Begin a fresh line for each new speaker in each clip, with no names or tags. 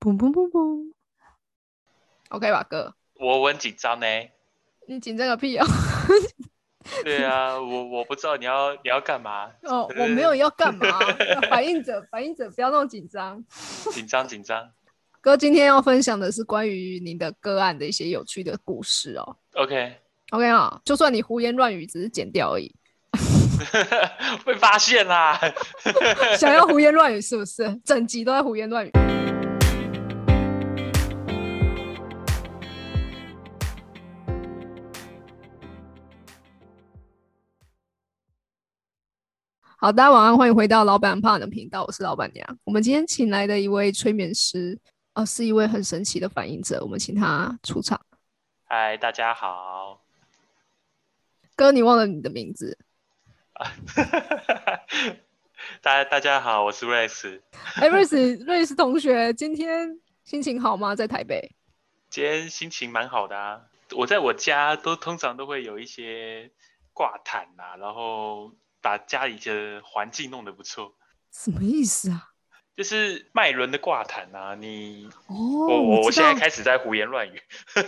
嘣嘣嘣嘣，
OK 吧，哥？
我我很紧张呢。
你紧张个屁哦！
对啊，我我不知道你要你要干嘛，
哦，我没有要干嘛，反应者，反应者不要那么紧张。
紧张紧张。
哥今天要分享的是关于你的个案的一些有趣的故事哦。
OK，
OK 啊，就算你胡言乱语，只是剪掉而已。
被发现啦。
想要胡言乱语是不是？整集都在胡言乱语。好，大家晚安，欢迎回到老板怕的频道，我是老板娘。我们今天请来的一位催眠师，呃，是一位很神奇的反应者，我们请他出场。
嗨，大家好。
哥，你忘了你的名字？
大大家好，我是 Rex。
哎、瑞士瑞士同学，今天心情好吗？在台北？
今天心情蛮好的啊，我在我家都通常都会有一些挂毯啊，然后把家里的环境弄得不错，
什么意思啊？
就是麦伦的挂毯啊。你
哦，
我我我
知
现在
道
开始在胡言 乱语，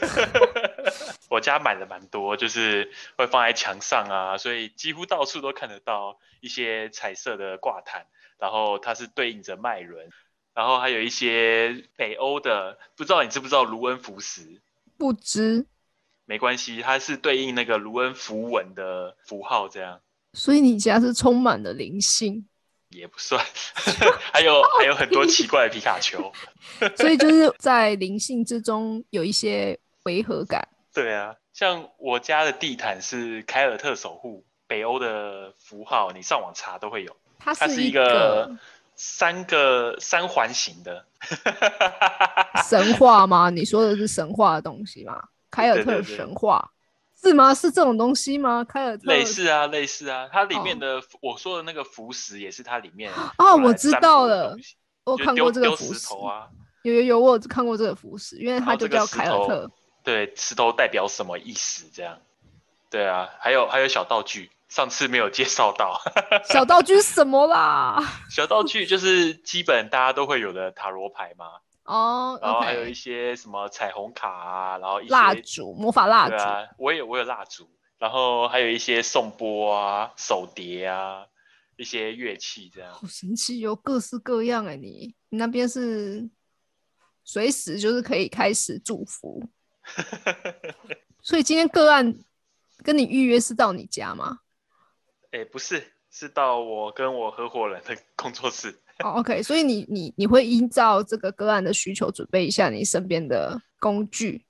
我家买了蛮多，就是会放在墙上啊，所以几乎到处都看得到一些彩色的挂毯，然后它是对应着脉轮，然后还有一些北欧的，不知道你知不知道卢恩符石？
不知，
没关系，它是对应那个卢恩符文的符号，这样
所以你家是充满了灵性，
也不算。 还有还有很多奇怪的皮卡丘，
所以就是在灵性之中有一些违和感。
对啊，像我家的地毯是凯尔特守护，北欧的符号，你上网查都会有。
它
它是
一
一个三个三环形 的，
神话吗？你说的是神话的东西吗？凯尔
对
特
对对
神话是吗？是这种东西吗？凯尔特
类似
嗯
啊，类似啊。它里面的、我说的那个浮石也是它里面
啊，
用来
哦我知
占卜
道
的
了
东，西，
我
就
看
丢
过这个
丢
浮
石
石，
头啊，
有有有，我有看过这个浮石，因为
然
它
后
就
这个
叫
石
凯尔
头
特。
对，石头代表什么意思？这样，对啊，还有还有小道具，上次没有介绍到，
小道具是什么啦？
小道具就是基本大家都会有的塔罗牌嘛，
哦
然后还有
，OK，
一些什么彩虹卡啊，然后一
蜡
些
烛，魔法蜡
对
烛，
啊，我有我有蜡烛，然后还有一些颂钵啊、手碟啊、一些乐器这样。
好神奇哟、各式各样哎、你你那边是随时就是可以开始祝福，所以今天个案跟你预约是到你家吗？
哎、不是，是到我跟我合伙人的 工作室。
哦，OK，所以你你你会依照这个个案的需求准备一下你身边的工具。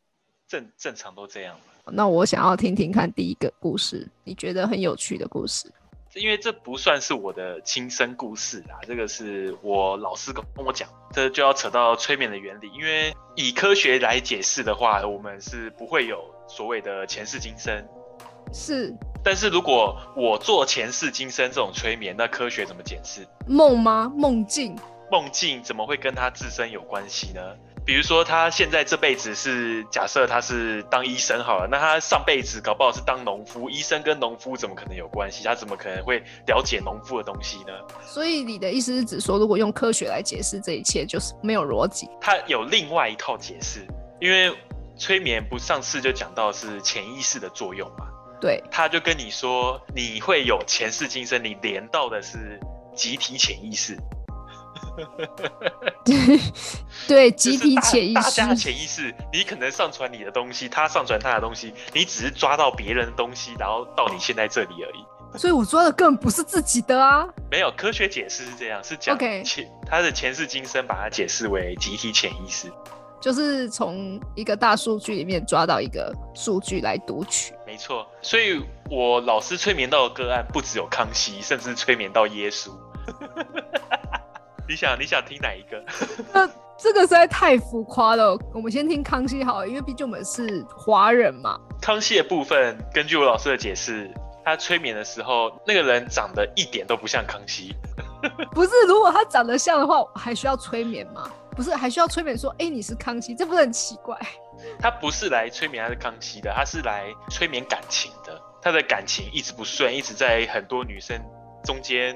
正正常都这样，
那我想要听听看第一个故事，你觉得很有趣的故事。
因为这不算是我的亲身故事啦，这个是我老师跟我讲，这就要扯到催眠的原理。因为以科学来解释的话，我们是不会有所谓的前世今生。
是
但是如果我做前世今生这种催眠，那科学怎么解释？
梦吗？梦境？
梦境怎么会跟他自身有关系呢？比如说，他现在这辈子是假设他是当医生好了，那他上辈子搞不好是当农夫，医生跟农夫怎么可能有关系？他怎么可能会了解农夫的东西呢？
所以你的意思是指说，如果用科学来解释这一切，就是没有逻辑。
他有另外一套解释，因为催眠不上次就讲到是潜意识的作用嘛，
对，
他就跟你说你会有前世今生，你连到的是集体潜意识，
对，
就
集
是
体
大
潜意
大
识
家的潜意识，你可能上传你的东西，他上传他的东西，你只是抓到别人的东西，然后到你现在这里而已。
所以我抓的根本不是自己的啊。
没有科学解释是这样，是讲
OK
前他的前世今生，把它解释为集体潜意识，
就是从一个大数据里面抓到一个数据来读取。
没错。所以我老师催眠到的个案不只有康熙，甚至催眠到耶稣。 你想你想听哪一个？
这个实在太浮夸了。我们先听康熙好了，因为毕竟我们是华人嘛。
康熙的部分，根据我老师的解释，他催眠的时候，那个人长得一点都不像康熙。
不是，如果他长得像的话，我还需要催眠吗？不是，还需要催眠说，哎、你是康熙，这不是很奇怪？
他不是来催眠他的康熙的，他是来催眠感情的。他的感情一直不顺，一直在很多女生中间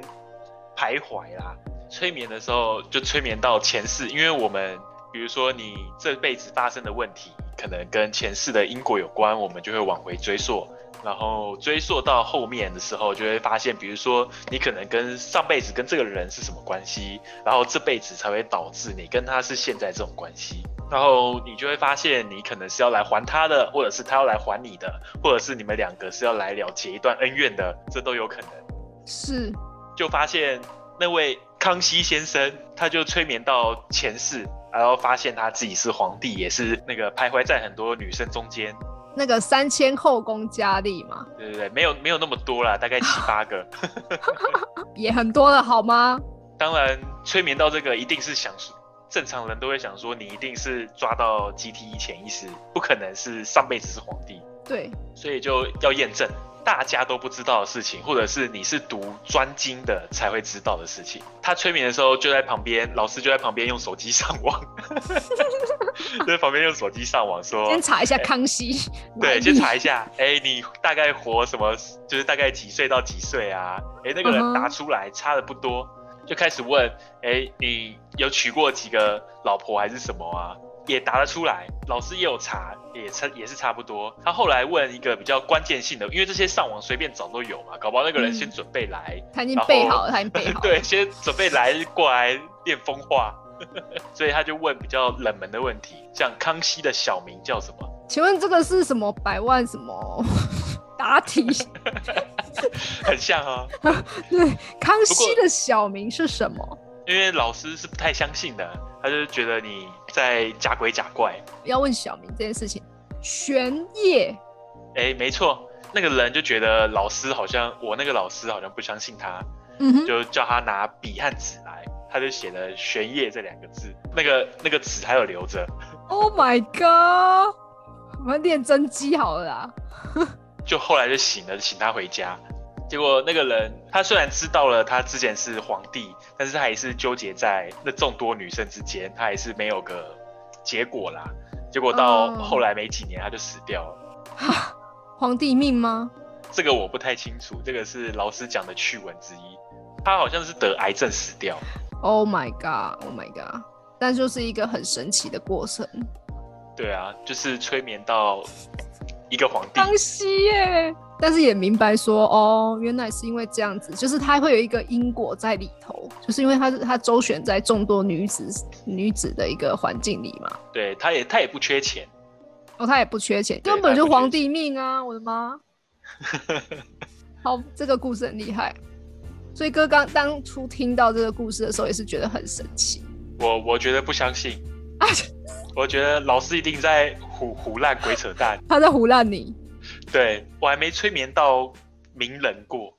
徘徊啦。催眠的时候就催眠到前世，因为我们比如说你这辈子发生的问题，可能跟前世的因果有关，我们就会往回追溯。然后追溯到后面的时候，就会发现，比如说你可能跟上辈子跟这个人是什么关系，然后这辈子才会导致你跟他是现在这种关系。然后你就会发现，你可能是要来还他的，或者是他要来还你的，或者是你们两个是要来了结一段恩怨的，这都有可能。
是
就发现那位康熙先生，他就催眠到前世，然后发现他自己是皇帝，也是那个徘徊在很多女生中间。
那个三千后宫佳丽嘛，
对对对，没有没有那么多啦，大概七八个。
也很多了好吗？
当然，催眠到这个一定是想说，正常人都会想说，你一定是抓到集体潜意识，不可能是上辈子是皇帝，
对，
所以就要验证大家都不知道的事情，或者是你是读专精的才会知道的事情。他催眠的时候就在旁边，老师就在旁边用手机上网， 就在旁边用手机上网说，
先查一下康熙，
哦对，
来
先
历
查一下，哎、你大概活什么？就是大概几岁到几岁啊？哎、那
嗯
个
哼
人答出来差的不多，就开始问，哎、你有娶过几个老婆还是什么啊？也答得出来，老师也有查，也差也是差不多。他后来问一个比较关键性的，因为这些上网随便找都有嘛，搞不好那个人
嗯
先准备来，
他已经
然后
备好了，他已经备好了，
对，先准备来过来练风化， 所以他就问比较冷门的问题，像康熙的小名叫什么？
请问这个是什么百万什么 答 题？
很像啊。
对，康熙的小名是什么？
因为老师是不太相信的，他就觉得你在假鬼假怪。
要问小名这件事情，玄烨
哎，没错，那个人就觉得老师好像我那个老师好像不相信他，
嗯哼，
就叫他拿笔和纸来，他就写了“玄烨”这两个字，那个那个纸还有留着，
Oh my god！我们练真机好了啦。
就后来就醒了，请他回家。结果那个人他虽然知道了他之前是皇帝，但是他还是纠结在那众多女生之间，他还是没有个结果啦。结果到
哦
后来没几年他就死掉了。
皇帝命吗？
这个我不太清楚，这个是老师讲的趣闻之一。他好像是得癌症死掉，
Oh my god! Oh my god! 但就是一个很神奇的过程。
对啊，就是催眠到一个皇帝，
康熙耶，但是也明白说，哦，原来是因为这样子，就是他会有一个因果在里头，就是因为他是他周旋在众多女子女子的一个环境里嘛。
对，他也他也不缺钱，
哦，他也不缺钱，
对
根本就皇帝命啊！我的 妈！好，这个故事很厉害。所以哥刚当初听到这个故事的时候，也是觉得很神奇。
我我觉得不相信
啊，
我觉得老师一定在胡胡乱鬼扯淡，
他在胡乱你，
对我还没催眠到名人过，